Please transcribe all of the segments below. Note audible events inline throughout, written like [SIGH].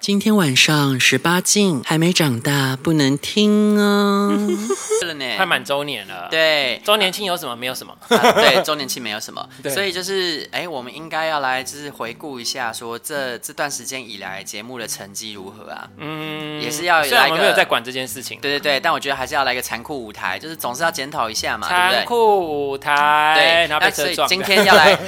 今天晚上十八禁，还没长大不能听 [LAUGHS] 哦。对了快呢，满周年了，，对。周年庆有什么？没 [LAUGHS] 有什么，啊对，周年庆没有什么，对所以就是，哎、我们应该要来就是回顾一下说这这段时间以来节目的成绩如何啊？嗯，也是要虽来然我一们没有个在管这件事情，对对对，但我觉得还是要来个残酷舞台，就是总是要检讨一下嘛，对残不对？酷舞台，对，然后被那车所以撞。今天要来，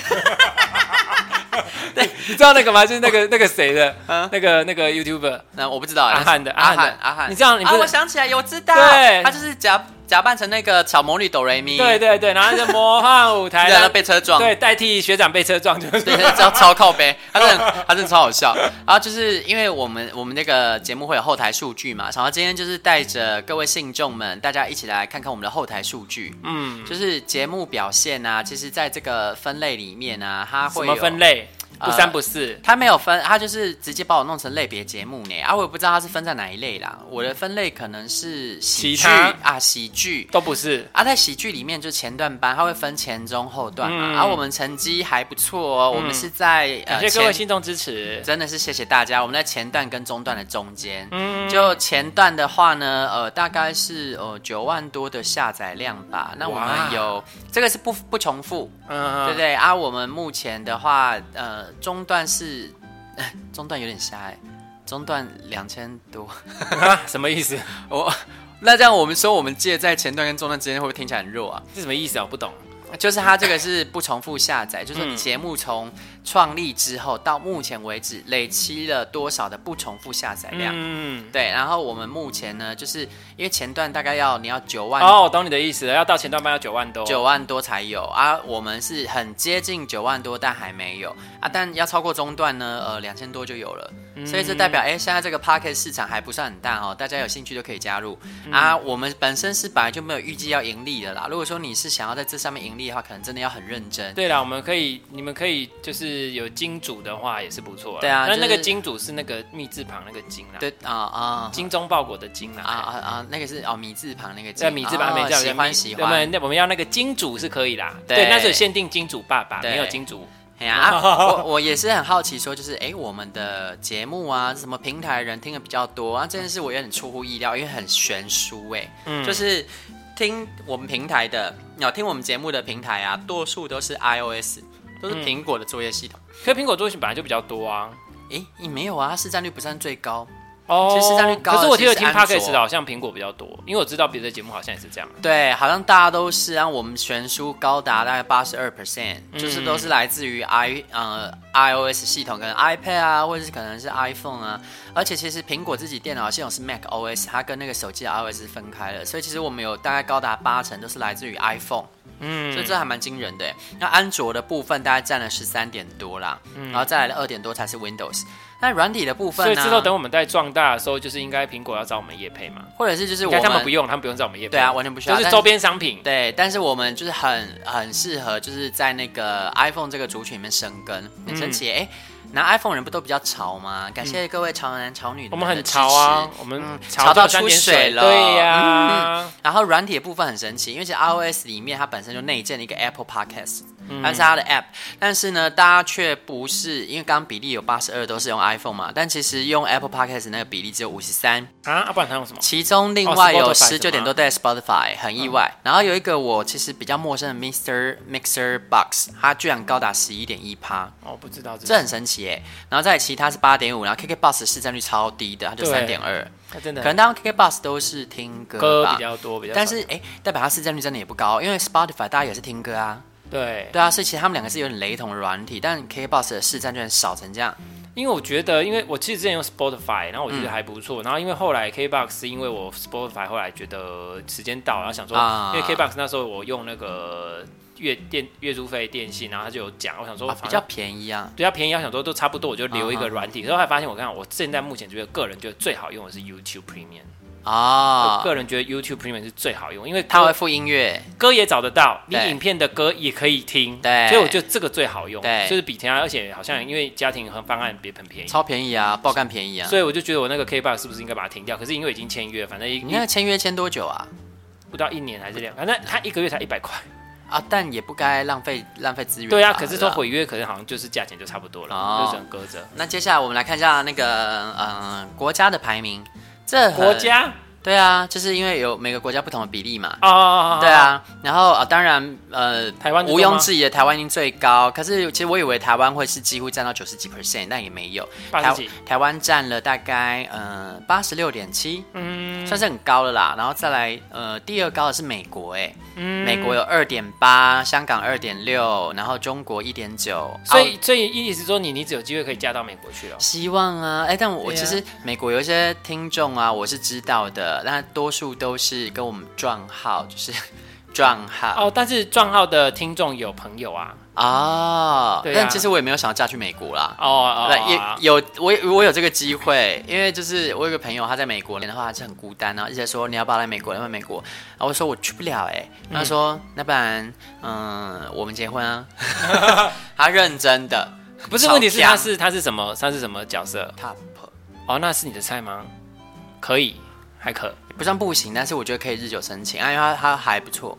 你 [LAUGHS] 知道那个吗？就是那个那个谁 [LAUGHS] 的嗯，那个那个 YouTuber 那我不知道啊阿汉的阿阿汉汉的阿汉，你这样你不啊？是我想起来，我知道，对他就是假假扮成那个小魔女哆瑞咪，对，对对，然后就魔幻舞 [LAUGHS] 台，然后然被车撞，对代替学长被车撞，就是对，他 [LAUGHS] 超超靠背，他真的他真的超好笑。然后就是因为我们我们那个节目会有后台数据嘛，然后今天就是带着各位信众们，大家一起来看看我们的后台数据。嗯，就是节目表现啊，其实在这个分类里面啊，它什会么有分类？呃不三不四，他没有分，他就是直接把我弄成类别节目呢，啊，我也不知道他是分在哪一类啦。我的分类可能是喜其剧他啊，喜剧都不是。啊，在喜剧里面就前段班，他会分前中后段嘛。嗯啊，我们成绩还不错哦，我们是在感呃谢各位前听众支持。真的是谢谢大家，我们在前段跟中段的中间。嗯就前段的话呢，呃，大概是呃九万多的下载量吧。那我哇们有这个是不不重复，对不嗯，对啊？我们目前的话，呃，中段是 [LAUGHS] 中段有点瞎哎，中段两千多。 [LAUGHS] [LAUGHS] 啊什么意思？我那这样我们说，我们介在前段跟中段之间，会不会听起来很弱啊？是什么意思啊？我不懂。就是它这个是不重复下载，就是嗯节目从创立之后到目前为止累积了多少的不重复下载量。嗯，对，然后我们目前呢，就是因为前段大概要你要九万哦，我懂你的意思了，要到前段班要九万多。九万多才有啊，我们是很接近九万多，但还没有啊。但要超过中段呢，呃，两千多就有了，嗯所以这代表哎、现在这个 p a r k e t 市场还不算很大哦，大家有兴趣就可以加入、嗯啊。我们本身是本来就没有预计要盈利的啦，如果说你是想要在这上面盈利的话，可能真的要很认真。对啦，我们可以，你们可以就是有金主的话也是不错啦。对啊那就是那个金主是那个密字旁那个金啦，对啊啊精忠报国的金啦。啊啊啊，那个是哦米字旁那个字，在米字旁没哦叫喜欢喜我欢。们我们要那个金主是可以啦，对对，那是有限定金主爸爸，对没有金主。哎呀、啊，我我也是很好奇，说就是哎、诶我们的节目啊，什么平台人听的比较多啊？这件事我有点出乎意料，因为很悬殊哎、嗯就是听我们平台的，有听我们节目的平台啊，多数都是 iOS，都是苹果的作业系统。可苹果作品本来就比较多啊。哎、你没有啊，它市占率不算最高。哦其实市占率高的可是我听了其听实是 p o d c 安 a s 卓 t 好像苹果比较多，因为我知道别的节目好像也是这样。啊对，好像大家都是啊，我们悬殊高达大概八十二 percent，就是嗯都是来自于 i 呃 iOS 系统跟 iPad 啊，或者是可能是 iPhone 啊。而且其实苹果自己电脑系统是 Mac OS，它跟那个手机的 iOS 是分开的，所以其实我们有大概高达八成都是来自于 iPhone。嗯，所以这还蛮惊人的耶。那安卓的部分大概占了十三点多啦，然后再来的二点多才是 Windows。那软体的部分啊嗯所呢？以之后等我们在壮大的时候，就是应该苹果要找我们叶配嘛。或者是就是应我该们他们不用，他们不用找我们叶配。对啊完全不需要就是但周边商品。对，但是我们就是很很适合，就是在那个 iPhone 这个族群里面生根，很神嗯奇。哎、拿 iPhone 人不都比较潮吗？感谢各位潮男潮女，我们很潮啊，。我们嗯潮到到三出点水了嗯对呀、然后软体的部分很神奇，因为其实 iOS 里面它本身就内建了一个 Apple Podcast，它嗯是它的 App，但是呢，大家却不是因为刚刚比例有八十二都是用 iPhone 嘛，但其实用 Apple Podcast 那个比例只有五十三，啊，啊，不然他用什么？其中另外有哦，Spotify 十是九吗嗯点多在 Spotify，很意外。然后有一个我其实比较陌生的 Mr. Mixer Box，它居然高达十一点一趴，哦，不知道，这很神奇耶。然后再来其他是八点五，然后 KK Box 市占率超低的，它就对三点二。他真的可很能大家 KK Box 都是听歌歌吧比，较多，比较少但是哎，代表它市占率真的也不高，因为 Spotify 大家也是听歌啊。对，对啊，所以其实他们两个是有点雷同的软体，但 KK Box 的市占居然少成这样。因为我觉得，因为我其实之前用 Spotify，然后我觉得还不嗯错，然后因为后来 KBox 是因为我 Spotify 后来觉得时间到了，然后想说，啊因为 KBox 那时候我用那个月电月租费电信，然后他就有讲，我想说、啊比较便宜啊。比较便宜，我想说都差不多，我就留一啊个软体。然后还发现，我看我现在目前觉得个人觉得最好用的是 YouTube Premium，、啊我，个人觉得 YouTube Premium 是最好用，因为它会它附音乐，歌也找得到，你对影片的歌也可以听，对所以我觉得这个最好用，对就是比其他，而且好像因为家庭和方案也很便宜。超便宜啊，爆干便宜啊。所以我就觉得我那个 K box 是不是应该把它停掉？可是因为已经签约，反正一你那个签约签多久啊？不到一年还是两，反正他一个月才一百块，啊，但也不该浪费浪费资源吧。对啊，可是吧说毁约，可能好像就是价钱就差不多哦了，就只能搁着。那接下来我们来看一下那个嗯国家的排名，这很国家对啊，就是因为有每个国家不同的比例嘛。啊，对，啊，然后啊、呃当然，呃，台湾最毋多庸吗置疑的，台湾已经最高。可是其实我以为台湾会是几乎占到九十几 percent，但也没有，八台十几，台湾占了大概呃八十六点七，嗯算是很高了啦。然后再来呃第二高的是美国、哎、嗯美国有二点八，香港二点六，然后中国一点九，哦所以所以意思说你你只有机会可以嫁到美国去了。希望啊，哎、但我对啊其实美国有一些听众啊，我是知道的，那多数都是跟我们撞号，就是 [LAUGHS] 撞号哦，但是撞号的听众有朋友啊，哦。对啊但其实我也没有想要嫁去美国啦。哦哦那也哦，有我也我有这个机会，因为就是我有个朋友他在美国，然后他是很孤单，然后一直在说你要不要来美国，要不要来美国，然后我说我去不了哎、他嗯说那不然嗯我们结婚啊， [LAUGHS] 他认真的不是超问题是强他是他是什么他是什么角色？ top 哦，那是你的菜吗？可以，还可。不算不行，但是我觉得可以日久生情啊，因为他他还不错，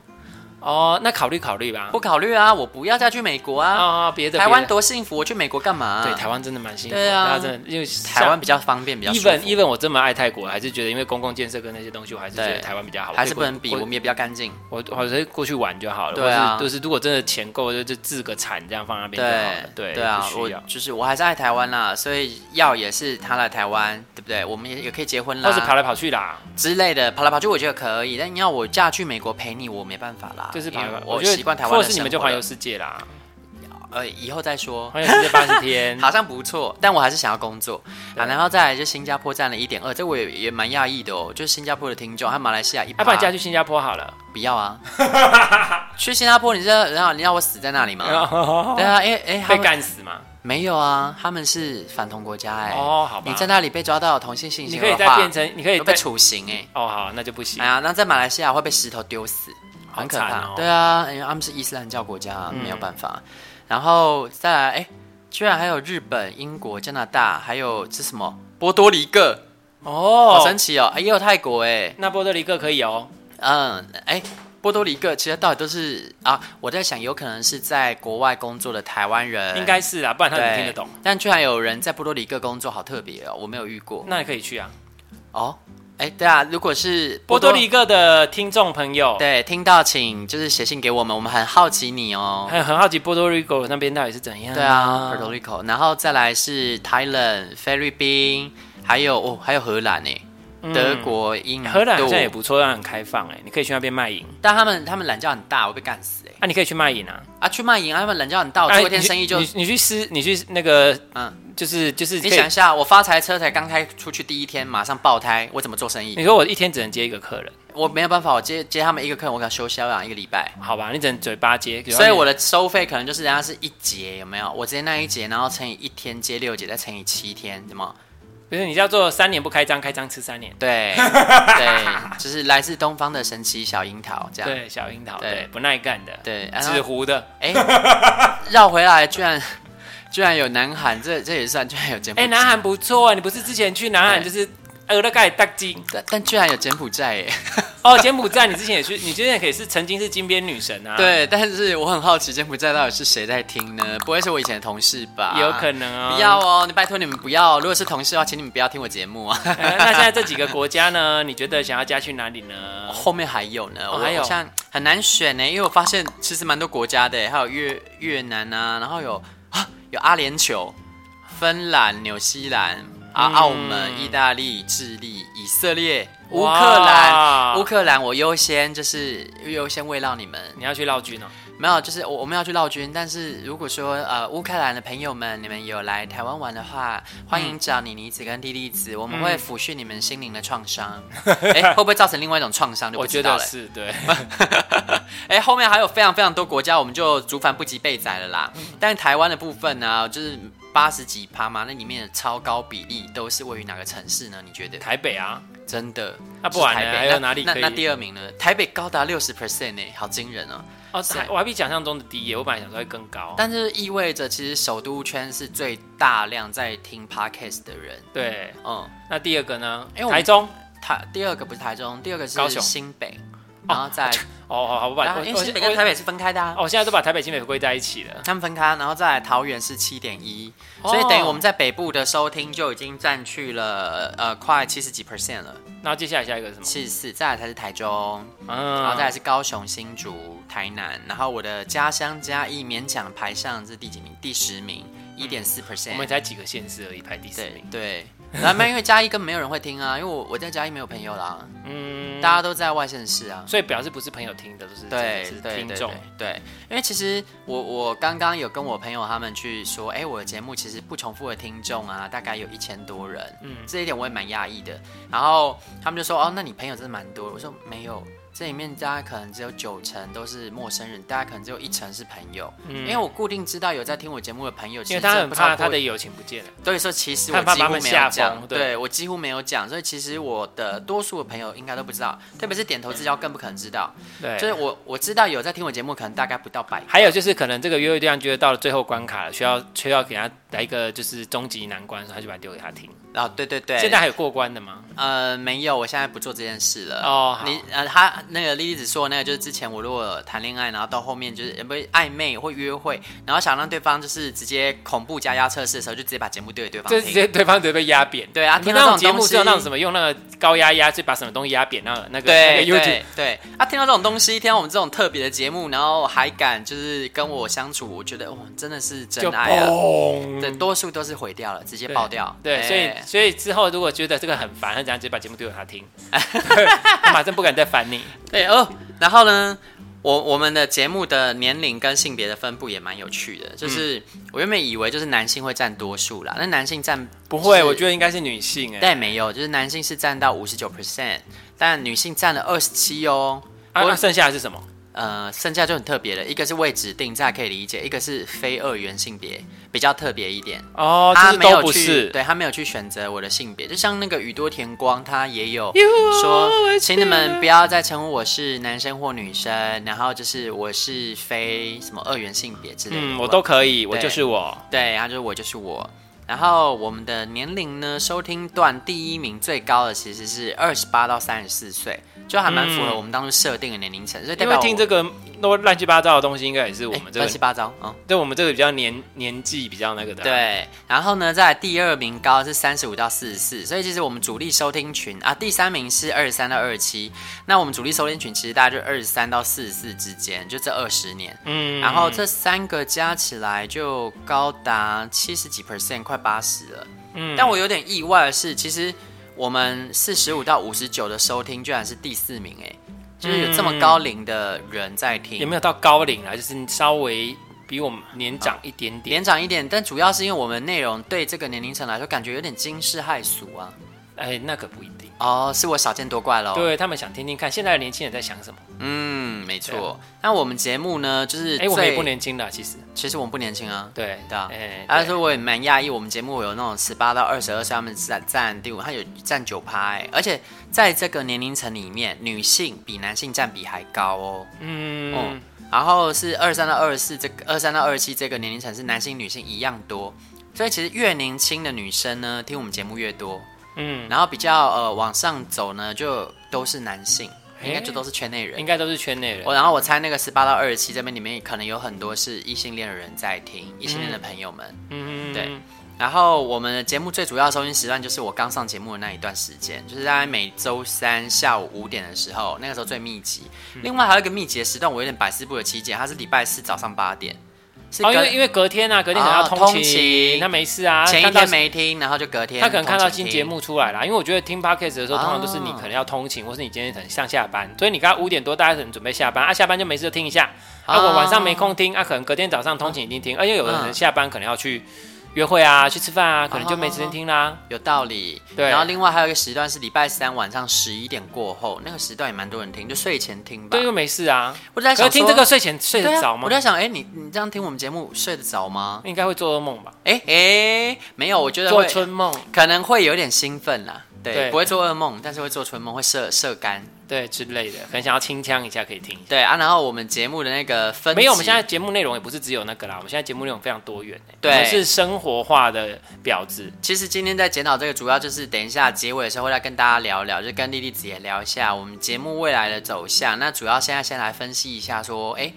哦，那考虑考虑吧。不考虑啊，我不要再去美国啊。啊，别的台湾别的多幸福，我去美国干嘛、对台湾真的蛮辛苦的，对啊大家真的因为台湾比较方便，比较舒服 even even 我这么爱泰国，还是觉得因为公共建设跟那些东西，我还是觉对得台湾比较好，还是不能比，我我们也比较干净。我我还是过去玩就好了，对啊或是就是如果真的钱够，就就自个产这样放那边就好对了，对啊，不我需要。就是我还是爱台湾啦，所以要也是他来台湾，对不对？我们也也可以结婚或是跑啦来跑去啦，之类的，跑来跑去我觉得可以，但你要我嫁去美国陪你，我没办法啦，就是跑来啊因为跑。我觉得习惯台湾或的者是你们就生活环了游世界啦，呃，以后再说。环游世界八十天。 [LAUGHS] 好像不错，但我还是想要工作啊。然后再来就新加坡占了一点二，这我也也蛮讶异的哦。就是新加坡的听众，和马来西亚一要趴，啊不然嫁去新加坡好了，不要 [LAUGHS] 啊！去新加坡，你知道，然后你让我死在那里 [LAUGHS] 吗？对啊，哎哎，他哦被们干死嘛？没有啊，他们是反同国家哎、哦，好吧你，在那里被抓到有同性性你行可以为的再话，变成，你可会以被再处刑哎、哦，好，那就不行哎。呀，那在马来西亚会被石头丢死，好很可惨怕。哦嗯对啊，因为他们是伊斯兰教国家，没有办法。然后再来，哎，居然还有日本、英国、加拿大，还有这什么波多黎各，好哦神，奇哦！哎也有泰国哎，那波多黎各可以哦。嗯，哎，波多黎各其实到底都是啊，我在想，有可能是在国外工作的台湾人，应该是啦，啊不然他怎么听得懂？对。但居然有人在波多黎各工作，好特别哦，我没有遇过那你可以去啊。哦。哎，对啊，如果是波多黎各的听众朋友，对听到，请就是写信给我们，我们很好奇你哦。很很好奇波多黎各那边到底是怎样、对啊，Puerto Rico，然后再来是 Thailand、菲律宾，还有哦，还有荷兰呢，嗯德、国、英荷兰好像也度，不错，让很开放哎、你可以去那边卖淫但他们他们懒觉很大，我被干死哎。啊，你可以去卖淫啊。啊，去卖淫，啊他们懒觉很大，我哎做一天生意就你去你你去私，你去那个嗯，就是就是你可以想一下，我发财车才刚开出去第一天，马上爆胎，我怎么做生意？你说我一天只能接一个客人，我没有办法，我接接他们一个客人，我给他休息要啊养一个礼拜。好吧？你只能嘴巴接，所以我的的收费可能就是人家是一节有没有？我直接那一节，然后乘以一天接六节，再乘以七天，有没有？不是你叫做三年不开张，开张吃三年。 [LAUGHS] 对对，就是来自东方的神奇小樱桃这样。对，小樱桃，对对，不耐干的，对，然纸后糊的。 [LAUGHS] 哎，绕回来居然居然有南韩，这这也算居然有柬埔哎、寨，南韩不错啊，你不是之前去南韩对就是呃俄勒盖大金？但但居然有柬埔寨耶。哦，柬埔寨，你之前也去，你之前也是曾经是金边女神啊，，对，但是我很好奇柬埔寨到底是谁在听呢？不会是我以前的同事吧？有可。能哦。不 [LAUGHS] 要哦！你拜托你们不要哦、如果是同事的话，请你们不要听我节目啊。呃那现在这几个国家呢？你觉得想要嫁去哪里呢？后面还有呢，我哦还有好像很难选呢，因为我发现其实蛮多国家的，还有越越南啊，然后有啊有阿联酋、芬兰、纽西兰啊、嗯澳门、意大利、智利、以色列、乌哇克兰。乌克兰我优先就是优先慰劳你们，你要去绕军哦。没有，就是我我们要去绕军，但是如果说呃乌克兰的朋友们，你们有来台湾玩的话，欢迎找妮妮子跟莉莉子，我们嗯会抚恤你们心灵的创 [LAUGHS] 伤。哎、会不会造成另外一种创伤就我不觉知道得了。是对，哎，后面还有非常非常多国家，我们就竹凡不及被宰了嗯啦。但台湾的部分呢，就是八十几趴嘛，那里面的超高比例都是位于哪个城市呢？你觉得？台北啊，真的？啊不是然呢台北还有那哪里那可以那第二名呢？台北高达六十 percent 呢，好惊人哦！哦，是台我还比想象中的低耶，我本来想说会更高。但是意味着，其实首都圈是最大量在听 podcast 的人。对，嗯，那第二个呢？因为我们台中台第二个不是台中，第二个高是雄 [LAUGHS] 新北，然后再哦，好好，我把然后我因我为新北跟台北是分开的啊我。哦，我现在都把台北、新北归在一起了。他们分开，然后再来桃园是七点一，哦所以等于我们在北部的收听就已经占去了呃快七十几 percent 了，然后接下来下一个是什么？七十四，再来才是台中，嗯，然后再来是高雄、新竹、台南，然后我的家乡嘉义勉强排上是第几名？第十名，一点四嗯我们 percent。才几个县市而已，排第四对名。对，然后因为嘉义根本没有人会听啊，因为我我在嘉义没有朋友啦，嗯，大家都在外县市啊。所以表示不是朋友听的，都是真的对是对听对众对。对，因为其实我我刚刚有跟我朋友他们去说，哎，我的节目其实不重复的听众啊，大概有一千多人，嗯，这一点我也蛮讶异的。然后他们就说，哦，那你朋友真的蛮多的。我说没有，这里面大概可能只有九成都是陌生人，大概可能只有一成是朋友，因为我固定知道有在听我节目的朋友，其嗯因为实他真很不超怕他过的友情不见了，对，所以其实害我怕几把乎他们没吓有讲疯，对对我几乎没有讲，所以其实我的多数的朋友应该都不知道，特别是点头之交更不可能知道。对，就是我我知道有在听我节目，可能大概不到百个，还有就是，可能这个约会对象觉得到了最后关卡了，需要需要给他来一个就是终极难关，所以他就把它丢给他听。啊，对对对，现在还有过关的吗？呃没有，我现在不做这件事了。哦好你呃，他那个莉莉子说的那个，就是之前我如果谈恋爱，然后到后面就是呃不是暧昧或约会，然后想让对方就是直接恐怖加压测试的时候，就直接把节目丢给对方这直听。接对方直接被压扁。对啊，你听们到那种这节种目是有那种东西，什么用那个高压压，就把什么东西压扁，那个那个那对个 YouTube 对对啊，听到这种东西，听到我们这种特别的节目，然后还敢就是跟我相处，我觉得哇，真的是真就爱啊！嘣。对，多数都是毁掉了，直接爆掉。对，所哎以所以之后如果觉得这个很烦，他怎样直接把节目丢给他 [LAUGHS] 听，对他马上不敢再烦你。对哦，然后呢，我我们的节目的年龄跟性别的分布也蛮有趣的，就是、嗯我原本以为就是男性会占多数啦，那男性占不会，我得觉得应该是女性哎。但没有，就是男性是占到五十九 percent，但女性占了二十七哦。啊，我那剩下的是什么？呃，剩下就很特别了，一个是未指定，这还可以理解；一个是非二元性别，比较特别一点。哦，就他是没都有不去，是。对他没有去选择我的性别，就像那个宇多田光，他也有哟说哦我，请你们不要再称呼我是男生或女生，然后就是我是非什么二元性别之类的，嗯，我都可以，我对就是我。对，然后就是我就是我。然后我们的年龄呢，收听段第一名最高的其实是二十八到三十四岁，就还蛮符合我们当初设定的年龄层，所以代嗯因表为听这个都乱七八糟的东西，应该也是我们这乱个七八糟，嗯。对我们这个比较年年纪比较那个的啊、对，然后呢，在第二名高是三十五到四十四，所以其实我们主力收听群啊，第三名是二十三到二十七，那我们主力收听群其实大概就二十三到四十四之间，就这二十年，嗯然后这三个加起来就高达七十几 percent，快八十了。嗯但我有点意外的是，其实我们四十五到五十九的收听居然是第四名、哎，就是有这么高龄的人在听，也嗯没有到高龄啦，就是稍微比我们年长一点点。年长一点，但主要是因为我们内容对这个年龄层来说，感觉有点惊世骇俗啊。哎，那可不一定。哦，是我少见多怪喽。，对他们想听听看现在的年轻人在想什么。嗯，没错。那我们节目呢，就是啊哎，我们也最不，年轻了，其实。其实我们不年轻啊。对对啊哎，他对说我也蛮讶异，我们节目有那种十八到二十二岁，他们占占第五，他有占九趴哎，而且在这个年龄层里面，女性比男性占比还高哦。嗯，然后是二三到二十四这个二三到二十七这个年龄层是男性女性一样多，所以其实越年轻的女生呢，听我们节目越多，嗯，然后比较呃往上走呢，就都是男性，应该诶就都是圈内人应。该都是圈内人我。哦然后我猜那个十八到二十七这边里面可能有很多是异性恋的人在听，异性恋的朋友们。嗯，对然后我们的节目最主要的收听时段就是我刚上节目的那一段时间，就是大概每周三下午五点的时候，那个时候最密集。嗯另外还有一个密集的时段，我有点百思不得其解，它是礼拜四早上八点，是哦，因为跟因为隔天啊，隔天可能要哦通通勤他没事啊，前一看到天没听，然后就隔天他可能看到通勤哦新听节，目出来啦，因为我觉得听 podcast 的时候，通常都是你可能要通勤，或是你今天可能上下班，所以你刚刚五点多大家可能准备下班啊，下班就没事就听一下啊，啊我晚上没空听啊，可能隔天早上通勤一定听，而且有的人嗯下班可能要去约会哦啊，去吃饭啊，可能就没时间听啦。有道理。对然后另外还有一个时段是礼拜三晚上十一点过后，那个时段也蛮多人听，就睡前听吧对，。又没事啊。哦我就在可想是听说这个睡前睡对得啊着吗我？在想，哎，你你这样听我们节目睡得着吗？应该会做噩梦吧，哎哎，没有，我觉得做会春梦。可能会有点兴奋啦。啊对，对不会做噩梦，但是会做春梦，会射射干。对之类的，很想要清腔一下可以听一下。对啊，然后我们节目的那个分没有，我们级现在节目内容也不是只有那个啦，我们现在节目内容非常多元、欸，对我们是生活化的婊子，其实今天在检讨这个，主要就是等一下结尾的时候会来跟大家聊一聊，就跟莉莉子也聊一下我们节目未来的走向。那主要现在先来分析一下说，哎，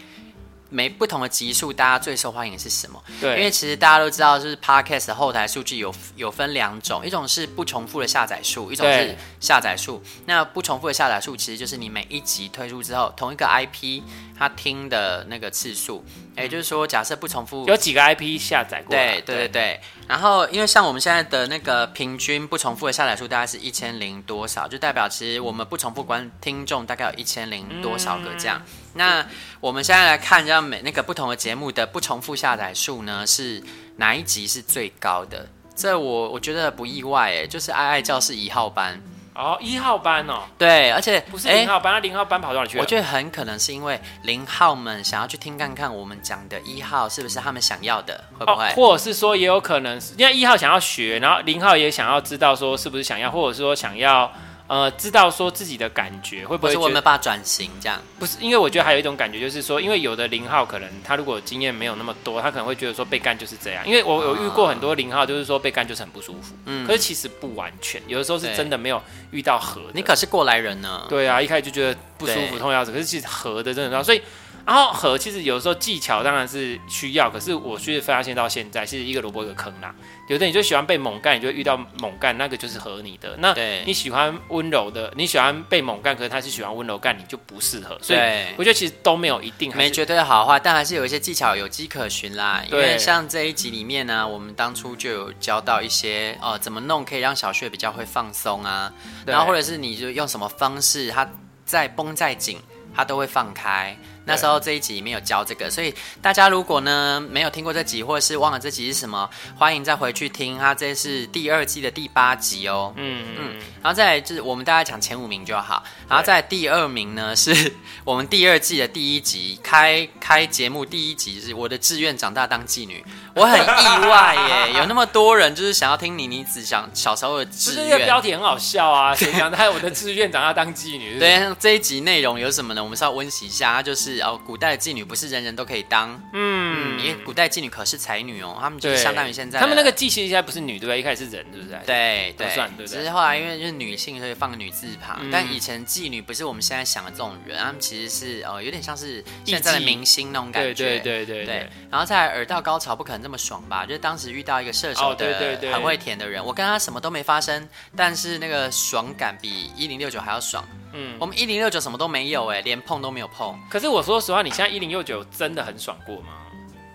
每不同的集数大家最受欢迎是什么？对，因为其实大家都知道，就是 podcast 的后台数据有有分两种，一种是不重复的下载数，一种是对下载数。那不重复的下载数其实就是你每一集推出之后，同一个 IP 它听的那个次数。也就是说，假设不重复有几个 IP 下载过对来，对对对，然后因为像我们现在的那个平均不重复的下载数大概是一千零多少，就代表其实我们不重复观听众大概有一千零多少个这样。嗯那我们现在来看一下每那个不同的节目的不重复下载数呢，是哪一集是最高的？这我我觉得不意外诶，就是爱爱教室一号班，哦，一号班哦，对，而且不是诶零号班，那零号班跑到哪里去了？我觉得很可能是因为零号们想要去听看看我们讲的一号是不是他们想要的，会不哦会？，或者是说也有可能是，因为一号想要学，然后零号也想要知道说是不是想要，或者是说想要呃知道说自己的感觉会不或会者我们觉得把它转型这样？不是？因为我觉得还有一种感觉就是说，因为有的零号可能他如果经验没有那么多，他可能会觉得说被干就是这样。因为我有遇过很多零号，就是说被干就是很不舒服，嗯可是其实不完全，有的时候是对真的没有遇到合的。你可是过来人呢。对啊，一开始就觉得不舒服、对痛得要死，可是其实合的真的很痛，所以。然后合其实有时候技巧当然是需要，可是我去发现到现在，其实一个萝卜一个坑啦。有的你就喜欢被猛干，你就会遇到猛干，那个就是合你的。那对你喜欢温柔的，你喜欢被猛干，可是他是喜欢温柔干，你就不适合。所以对我觉得其实都哎没有一定，还没是绝对的好坏，但还是有一些技巧有迹可循啦。因对为像这一集里面呢、我们当初就有教到一些哦、呃怎么弄可以让小穴比较会放松啊，对然后或者是你就用什么方式，它再绷再紧，它都会放开。那时候这一集里面有教这个，所以大家如果呢没有听过这集，或者是忘了这集是什么，欢迎再回去听，它这是第二季的第八集哦。嗯嗯然后再来就是我们大概讲前五名就好，然后再来第二名呢 [LAUGHS] 是我们第二季的第一集开开节目第一集是我的志愿长大当妓女，我很意外耶， [LAUGHS] 有那么多人就是想要听妮妮子讲小时候的就志是这个愿。标题很好笑 [LAUGHS] 啊，谁讲他我的志愿长要当妓女？对，那这一集内容有什么呢？我们是要温习一下，它就是哦，古代的妓女不是人人都可以当，嗯，因为古代妓女可是才女哦，她们就对，是相当于现在的他们那个妓其实现在不是女对不对？一开始是人对不对？对都对，算对不对只是后来因为就是女性，所以放个女字旁。嗯但以前妓女不是我们现在想的这种人，她们其实是呃有点像是现在的艺妓明星那种感对觉。对对对对对。然后再来耳道高潮不可能这么爽吧？就是当时遇到一个射手哦的、对对对很会舔的人，我跟他什么都没发生，但是那个爽感比一零六九还要爽。嗯我们一零六九什么都没有哎、连碰都没有碰，可是我说实话，你现在一零六九真的很爽过吗？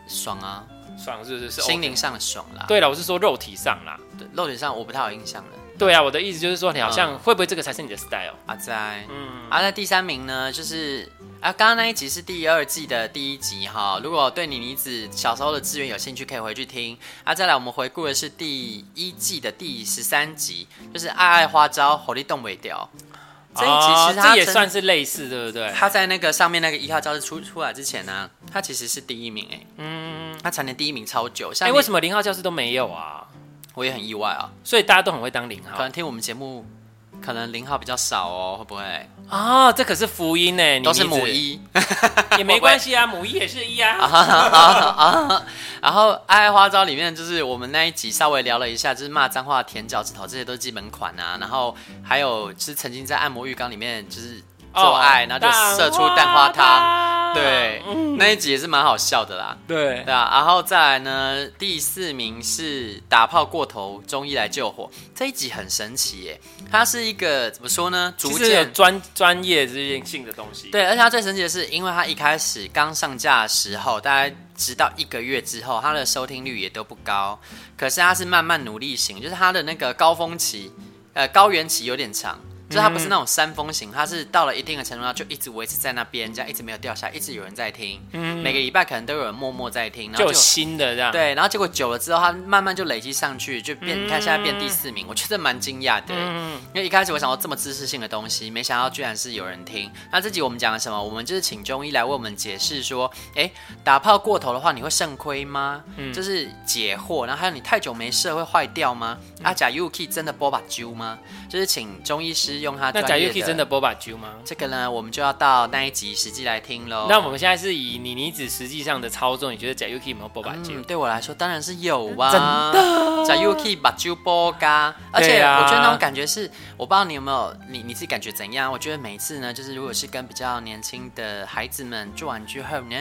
爽啊，爽是不是？是心 OK 灵上的爽啦。对了，我是说肉体上啦。对，肉体上我不太有印象了。对啊，我的意思就是说，你好像会不会这个才是你的 style？阿哉，嗯嗯，啊，那第三名呢，就是啊，刚刚那一集是第二季的第一集哈。如果对你妮子小时候的志愿有兴趣，可以回去听。啊，再来我们回顾的是第一季的第十三集，就是爱爱花招，火力动尾调。这一集哦其实它这也真算是类似，对不对？他在那个上面那个一号招式出出来之前呢、他其实是第一名哎、嗯，他蝉联第一名超久。像哎，你为什么零号教室都没有啊？我也很意外啊？所以大家都很会当零可号能听我们节目，可能零号比较少哦，会不会？啊，这可是福音呢，你都是妮子母一。也没关系啊，母一也是一啊。然后《爱爱花招》里面就是我们那一集稍微聊了一下，就是骂脏话、舔脚趾头这些都是基本款啊。然后还有就是曾经在按摩浴缸里面就是做爱，然后就射出蛋花汤。哦汤对，那一集也是蛮好笑的啦。对对啊，然后再来呢，第四名是打炮过头，中医来救火。这一集很神奇耶，它是一个怎么说呢？其逐实有渐专专业之性的东西。对，而且它最神奇的是，因为它一开始刚上架的时候，大概直到一个月之后，它的收听率也都不高。可是它是慢慢努力型，就是它的那个高峰期，呃，高原期有点长，就它不嗯是那种山峰型，它是到了一定的程度上就一直维持在那边，这样一直没有掉下来，一直有人在听，每个礼拜可能都有人默默在听，然嗯就后有就。新的这样。对，然后结果久了之后，它慢慢就累积上去，就变，你看现在变第四名，我觉得蛮惊讶嗯的。因为一开始我想到这么知识性的东西，没想到居然是有人听。那这集我们讲了什么？我们就是请中医来为我们解释说，哎，打炮过头的话，你会肾亏吗？嗯就是解惑。然后还有你太久没射会坏掉吗？嗯啊，假 Yuki 真的波把揪吗？就是请中医师用他那专假业 Yuki 真的 Boba j 吗？这个呢，我们就要到那一集实际来听喽。那我们现在是以你妮子实际上的操作，你觉得假 Yuki 有没有 Boba j 嗯，对我来说当然是有啊，真的。Yuki 把酒波嘎，而且对啊我觉得那种感觉是，我不知道你有没有，你你自己感觉怎样？我觉得每次呢，就是如果是跟比较年轻的孩子们做完之后呢，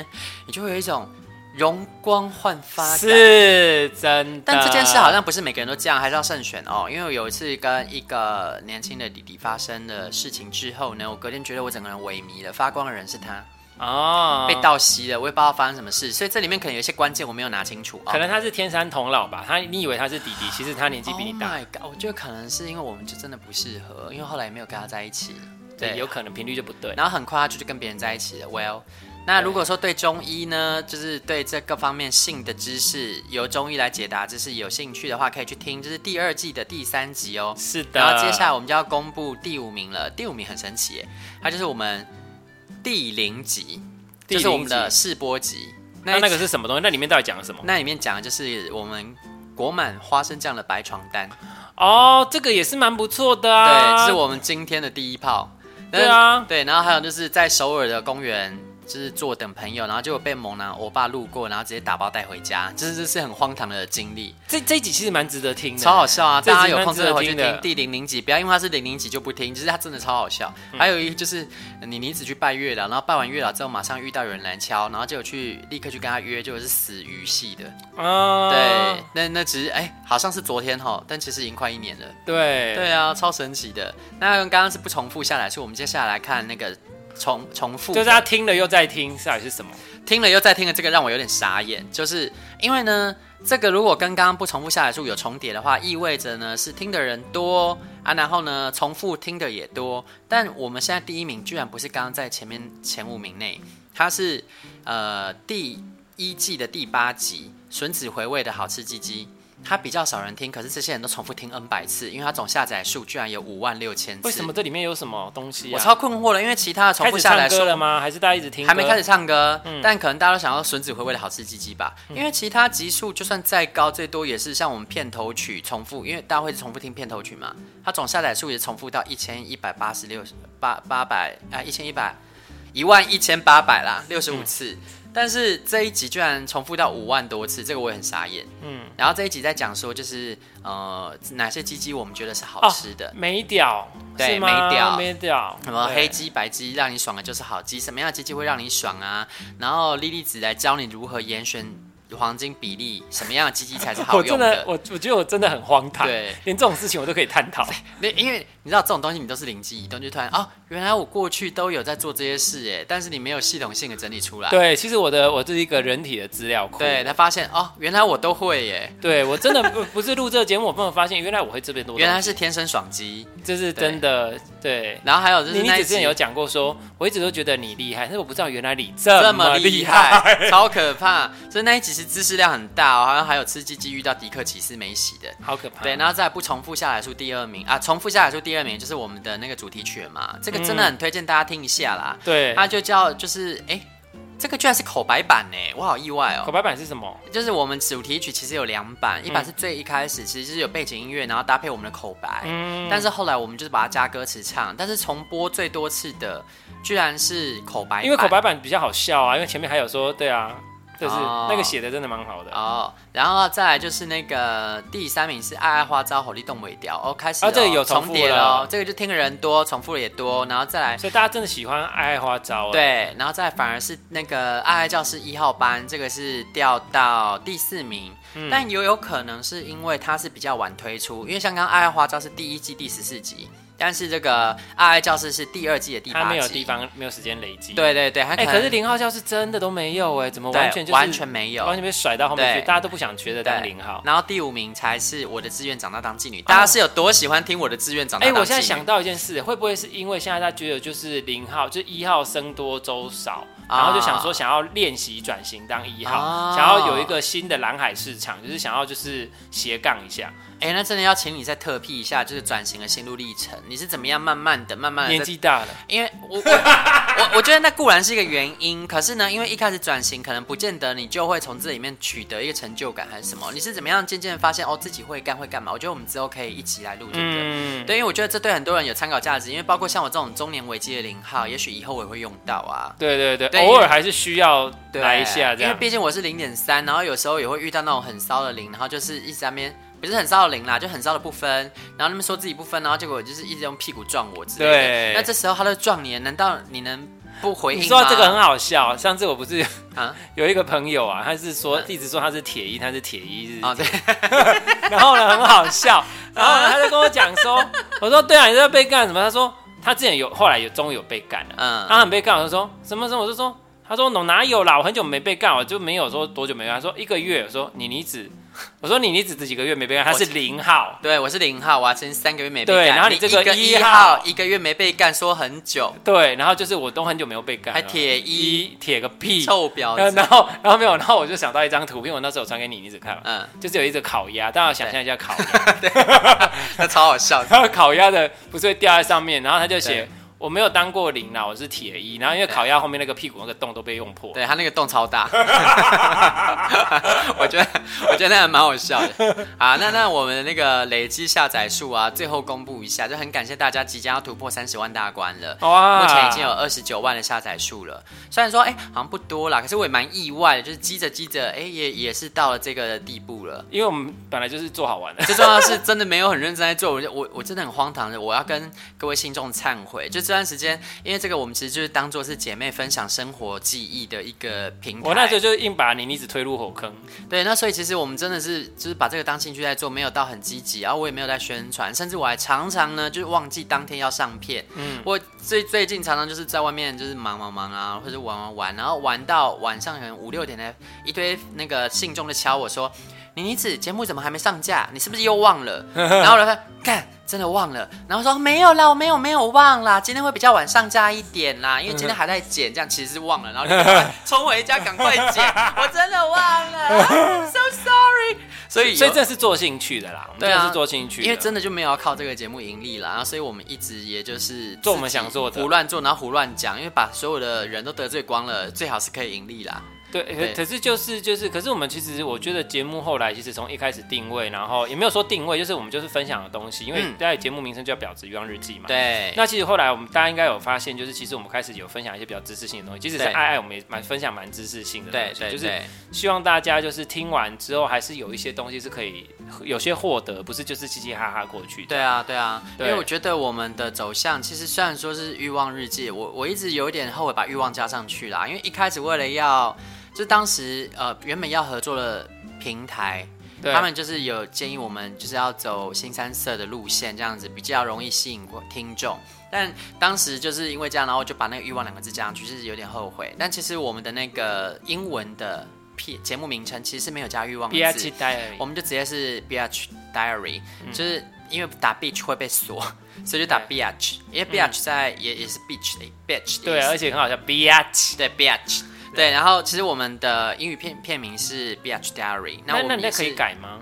你就会有一种容光焕发感。是真的。但这件事好像不是每个人都这样，还是要慎选哦。因为我有一次跟一个年轻的弟弟发生的事情之后呢，我隔天觉得我整个人萎靡了，发光的人是他，哦，被倒吸了，我也不知道发生什么事，所以这里面可能有一些关键我没有拿清楚哦。可能他是天山童姥吧？他你以为他是弟弟，其实他年纪比你 Oh 大， my god！我觉得可能是因为我们就真的不适合，因为后来也没有跟他在一起。对，对，有可能频率就不对。然后很快他就就跟别人在一起了。Well，那如果说对中医呢，就是对这各方面性的知识由中医来解答，就是有兴趣的话可以去听，这是第二季的第三集哦。是的，然后接下来我们就要公布第五名了。第五名很神奇耶，它就是我们第零集，第零集就是我们的试播集。那一那个是什么东西？那里面到底讲了什么？那里面讲的就是我们国满花生酱的白床单。哦，这个也是蛮不错的啊。对，这是我们今天的第一炮。对啊对，然后还有就是在首尔的公园，就是坐等朋友，然后结果被猛男欧巴路过，然后直接打包带回家，这是这是很荒唐的经历，这这一集其实蛮值得听的，超好笑啊！这集大家有空真的回去蛮值得听听的第零零几，不要因为它是零零几就不听，就是它真的超好笑。嗯还有一个就是呃你妮子去拜月老，然后拜完月老之后马上遇到有人来敲，然后结果去立刻去跟他约，结果是死鱼系的。啊。对，那那只是哎、好像是昨天哈，但其实已经快一年了。对对啊，超神奇的。那刚刚是不重复下来，所以我们接下来看那个重重复的，就是他听了又再听，到底是什么？听了又再听了，这个让我有点傻眼，就是因为呢，这个如果跟刚刚不重复下来数有重叠的话，意味着呢是听的人多啊，然后呢重复听的也多，但我们现在第一名居然不是刚刚在前面前五名内，它是呃第一季的第八集《吮指回味的好吃鸡鸡》。它比较少人听，可是这些人都重复听 N 百次，因为它总下载数居然有五万六千次。为什么这里面有什么东西啊？我超困惑了，因为其他的重开复始下来唱歌说了吗？还是大家一直听？还没开始。始唱歌，嗯但可能大家都想要吮指回味的好吃鸡鸡吧，因为其他集数就算再高，最多也是像我们片头曲重复，因为大家会重复听片头曲嘛，它总下载数也重复到一千一百八十六八八百啊一千一百一万一千八百啦，六十五次。但是这一集居然重复到五万多次，这个我也很傻眼。嗯，然后这一集在讲说，就是呃哪些鸡鸡我们觉得是好吃的，没屌，对是吗没屌没屌，什么对黑鸡白鸡让你爽的就是好鸡，什么样的鸡鸡会让你爽啊？然后莉莉子来教你如何严选黄金比例，什么样的鸡鸡才是好我真用的，我我觉得我真的很荒唐，对，连这种事情我都可以探 [LAUGHS] 讨。那因为你知道这种东西，你都是灵机一动，就突然哦，原来我过去都有在做这些事哎，但是你没有系统性的整理出来。对，其实我的我这是一个人体的资料库，对，才发现哦，原来我都会耶，对我真的不不是录这个节目，我不能发现原来我会这边多东西，原来是天生爽鸡。这是真的，对。然后还有就你是你那一之集嗯前有讲过说，我一直都觉得你厉害，但是我不知道原来你这这么么厉厉害，超可怕。所以那一集是知识量很大哦，好像还有吃鸡鸡遇到迪克骑士没洗的。 [LAUGHS] 好可怕。对，然后再来不重复下来数第二名啊，重复下来数第二名就是我们的那个主题曲嘛，这个真的很推荐大家听一下啦。嗯对，它就叫就是哎、这个居然是口白版呢，我好意外口哦。白嗯版是什么？就是我们主题曲其实有两版，一版是最一开始其实就是有背景音乐，然后搭配我们的口白，嗯，但是后来我们就是把它加歌词唱，但是重播最多次的居然是口白版，因为口白版比较好笑啊，因为前面还有说，对啊，就是哦那个写的真的蛮好的。哦，然后再来就是那个第三名是爱爱花招火力动尾调哦，开始啊咯这个有重重复叠了嗯了哦，这个就听的人多，重复的也多，然后再来所以大家真的喜欢爱花招，，啊对，然后再来反而是那个爱爱教室一号班，这个是掉到第四名，嗯但也有可能是因为它是比较晚推出，因为像刚刚爱爱花招是第一季第十四集，但是这个《爱爱教室》是第二季的第他八没有地集。方没有时间累积。，对对对，他哎、能可是零号教室真的都没有哎、怎么对完全就是完全没有完。全被甩到后面去，对大家都不想觉得当对零号。然后第五名才是我的志愿长大当妓女，大家是有多喜欢哦听我的志愿长大哎、当妓女？我现在想到一件事，会不会是因为现在大家觉得就是零号，就是一号生多粥少，然后就想啊说想要练习转型当一号，哦想要有一个新的蓝海市场，就是想要就是斜杠一下。哎、那真的要请你再特辟一下，就是转型的心路历程，你是怎么样慢慢的、慢慢年的？纪大了，因为我我我我觉得那固然是一个原因，可是呢，因为一开始转型可能不见得你就会从这里面取得一个成就感还是什么，你是怎么样渐渐地发现哦自己会干会干嘛？我觉得我们之后可以一起来录这个。嗯，对，因为我觉得这对很多人有参考价值，因为包括像我这种中年危机的零号，也许以后我也会用到啊。对对对，对偶尔还是需要对来一下因这为样。毕竟我是零点三，然后有时候也会遇到那种很骚的零，然后就是一直在那边不是很骚的零啦，就很骚的不分，然后那边说自己不分，然后结果就是一直用屁股撞我之类的。对那这时候他就撞你，难道你能不回应你吗？说到这个很好笑，上次我不是啊 [LAUGHS] 有一个朋友啊，他是说嗯一直说他是铁一，他是铁一，啊，对， [LAUGHS] 然后呢，很好 [LAUGHS] 哦笑。然后呢，他就跟我讲说， [LAUGHS] 我说对啊，你在被干什么？他说他之前有，后来有终于有被干了。嗯，他很被干，我就说什么什么，我就说，他说我哪有啦，我很久没被干，我就没有说多久没干。他说一个月，我说你离职， [LAUGHS] 我说你离职这几个月没被干，他是零 [LAUGHS] 号。对，我是零号，我还真三个月没被干。对然后你这个一个一一号一个月没被干，说很久，对，然后就是我都很久没有被干了，还铁一一铁个屁。臭婊呃 [LAUGHS] 子，然后，然后没有，然后我就想到一张图片，我那时候有传给你，你只看了，嗯，就是有一只烤鸭，大家想象一下烤鸭，那超好笑的。然后烤鸭的不是会掉在上面，然后他就写对我没有当过零啦，我是铁一，然后因为烤鸭后面那个屁股那个洞都被用破，对他那个洞超大， [LAUGHS] 我觉得我觉得那还蛮好笑的啊。那那我们的那个累积下载数啊，最后公布一下，就很感谢大家即将要突破三十万大关了。哇目前已经有二十九万的下载数了，虽然说哎、好像不多啦，可是我也蛮意外的，就是积着积着，哎、也也是到了这个地步了。因为我们本来就是做好玩的，最重要的是，真的没有很认真在做，我就我我真的很荒唐的，我要跟各位信众忏悔。就这段时间，因为这个我们其实就是当做是姐妹分享生活记忆的一个平台。我那时候就硬把你妮子推入火坑，对，那所以其实我们真的是就是把这个当兴趣在做，没有到很积极，然后我也没有在宣传，甚至我还常常呢就是忘记当天要上片。嗯，我最最近常常就是在外面就是忙忙忙啊，或者玩玩玩，然后玩到晚上可能五六点呢，一堆那个信众就敲我说：“妮妮子节目怎么还没上架？你是不是又忘了？” [LAUGHS] 然后我就说：“干。”真的忘了，然后说没有啦，我没有没有忘啦，今天会比较晚上架一点啦，因为今天还在剪，这样其实是忘了，然后就赶快冲回家赶快剪，我真的忘了、 [LAUGHS] 啊、，so sorry。所以有所以这是做兴趣的啦，我们对真啊的是做兴趣的，因为真的就没有要靠这个节目盈利啦，然后所以我们一直也就是做我们想做的自己胡乱做，然后胡乱讲，因为把所有的人都得罪光了，最好是可以盈利啦。对，对可可是就是就是，可是我们其实我觉得节目后来其实从一开始定位，然后也没有说定位，就是我们就是分享的东西，因为嗯在节目名称就叫《婊子欲望日记》嘛，对，那其实后来我们大家应该有发现，就是其实我们开始有分享一些比较知识性的东西，即使是对爱爱，我们也蛮分享蛮知识性的东对西，对就是对希望大家就是听完之后，还是有一些东西是可以有些获得，不是就是嘻嘻哈哈过去的。对啊对啊，因对为我觉得我们的走向其实虽然说是欲望日记，我我一直有一点后悔把欲望加上去啦，因为一开始为了要就当时呃原本要合作的平台，对他们就是有建议我们就是要走新三色的路线，这样子比较容易吸引听众。但当时就是因为这样，然后我就把那个欲望两个字加上去，就是有点后悔。但其实我们的那个英文的片节目名称其实是没有加欲望 B 的 I 字 T，Diary，我们就直接是 Beach Diary，、就是嗯因为打 beach 会被锁，所以就打 beach，因为 beach 在、也也是 beach 的 beach 的嗯对意啊，思而且很好笑，B I T。对 beach。对，然后其实我们的英语片片名是 Beach Diary，那我那们你那也可以是改吗？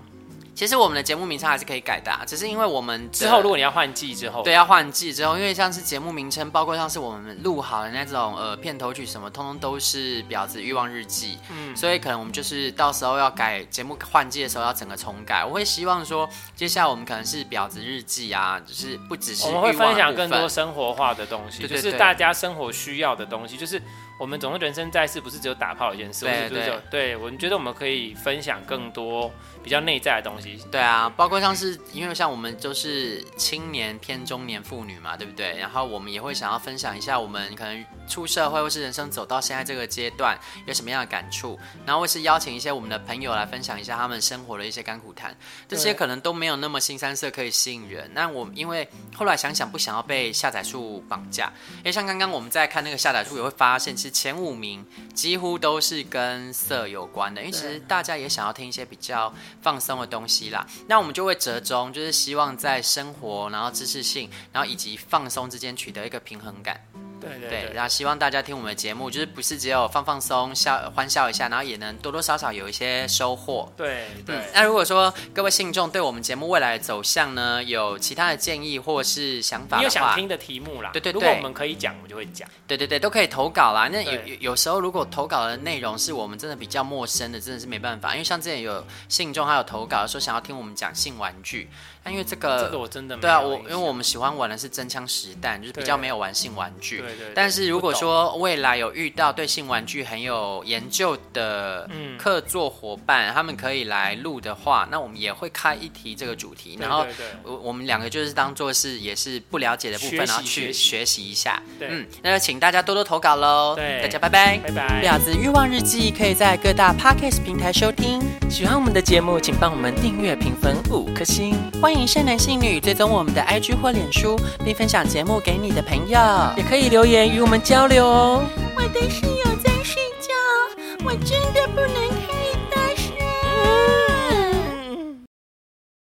其实我们的节目名称还是可以改的啊、只是因为我们之后如录果你要换季之后，对要换季之后，因为像是节目名称，包括像是我们录好的那种呃片头曲什么，通通都是《婊子欲望日记》，嗯，所以可能我们就是到时候要改节目换季的时候要整个重改。我会希望说，接下来我们可能是《婊子日记》啊，就是不只是我们会欲望分的享部更分多生活化的东西，对就对是对大家生活需要的东西，就是。我们总是人生在世，不是只有打炮一件事，对我们是不是对就对，我们觉得我们可以分享更多比较内在的东西。对啊，包括像是因为像我们就是青年偏中年妇女嘛，对不对？然后我们也会想要分享一下我们可能出社会或是人生走到现在这个阶段有什么样的感触，然后或是邀请一些我们的朋友来分享一下他们生活的一些甘苦谈，这些对可能都没有那么新三色可以吸引人。那我因为后来想想不想要被下载数绑架，因为像刚刚我们在看那个下载数也会发现，嗯其实前五名几乎都是跟色有关的，因为其实大家也想要听一些比较放松的东西啦。那我们就会折中，就是希望在生活、然后知识性、然后以及放松之间取得一个平衡感。对对对，然后希望大家听我们的节目，就是不是只有放放松、笑欢笑一下，然后也能多多少少有一些收获。对对嗯，那如果说各位信众对我们节目未来的走向呢，有其他的建议或是想法你的有想话，听的题目啦，对对如果对我们可以讲，我们就会讲。对对对，都可以投稿啦。那有对有有时候如果投稿的内容是我们真的比较陌生的，真的是没办法，因为像之前有信众还有投稿说想要听我们讲性玩具，那因为这个嗯这个我真的没对啊，有我印因为象我们喜欢玩的是真枪实弹，就是比对较没有玩性玩具。对对对但是如果不懂说未来有遇到对性玩具很有研究的嗯客座伙伴，他们可以来录的话，那我们也会开一题这个主题，对然后对对我我们两个就是当做是也是不了解的部分，学习然后去学习学习一下。对嗯，那就请大家多多投稿喽。对大家拜拜。拜拜。婊子欲望日记可以在各大 podcast 平台收听，喜欢我们的节目，请帮我们订阅、评分五颗星，欢迎善男信女追踪我们的 IG 或脸书，并分享节目给你的朋友。也可以留言与我们交流哦。我的室友在睡觉，我真的不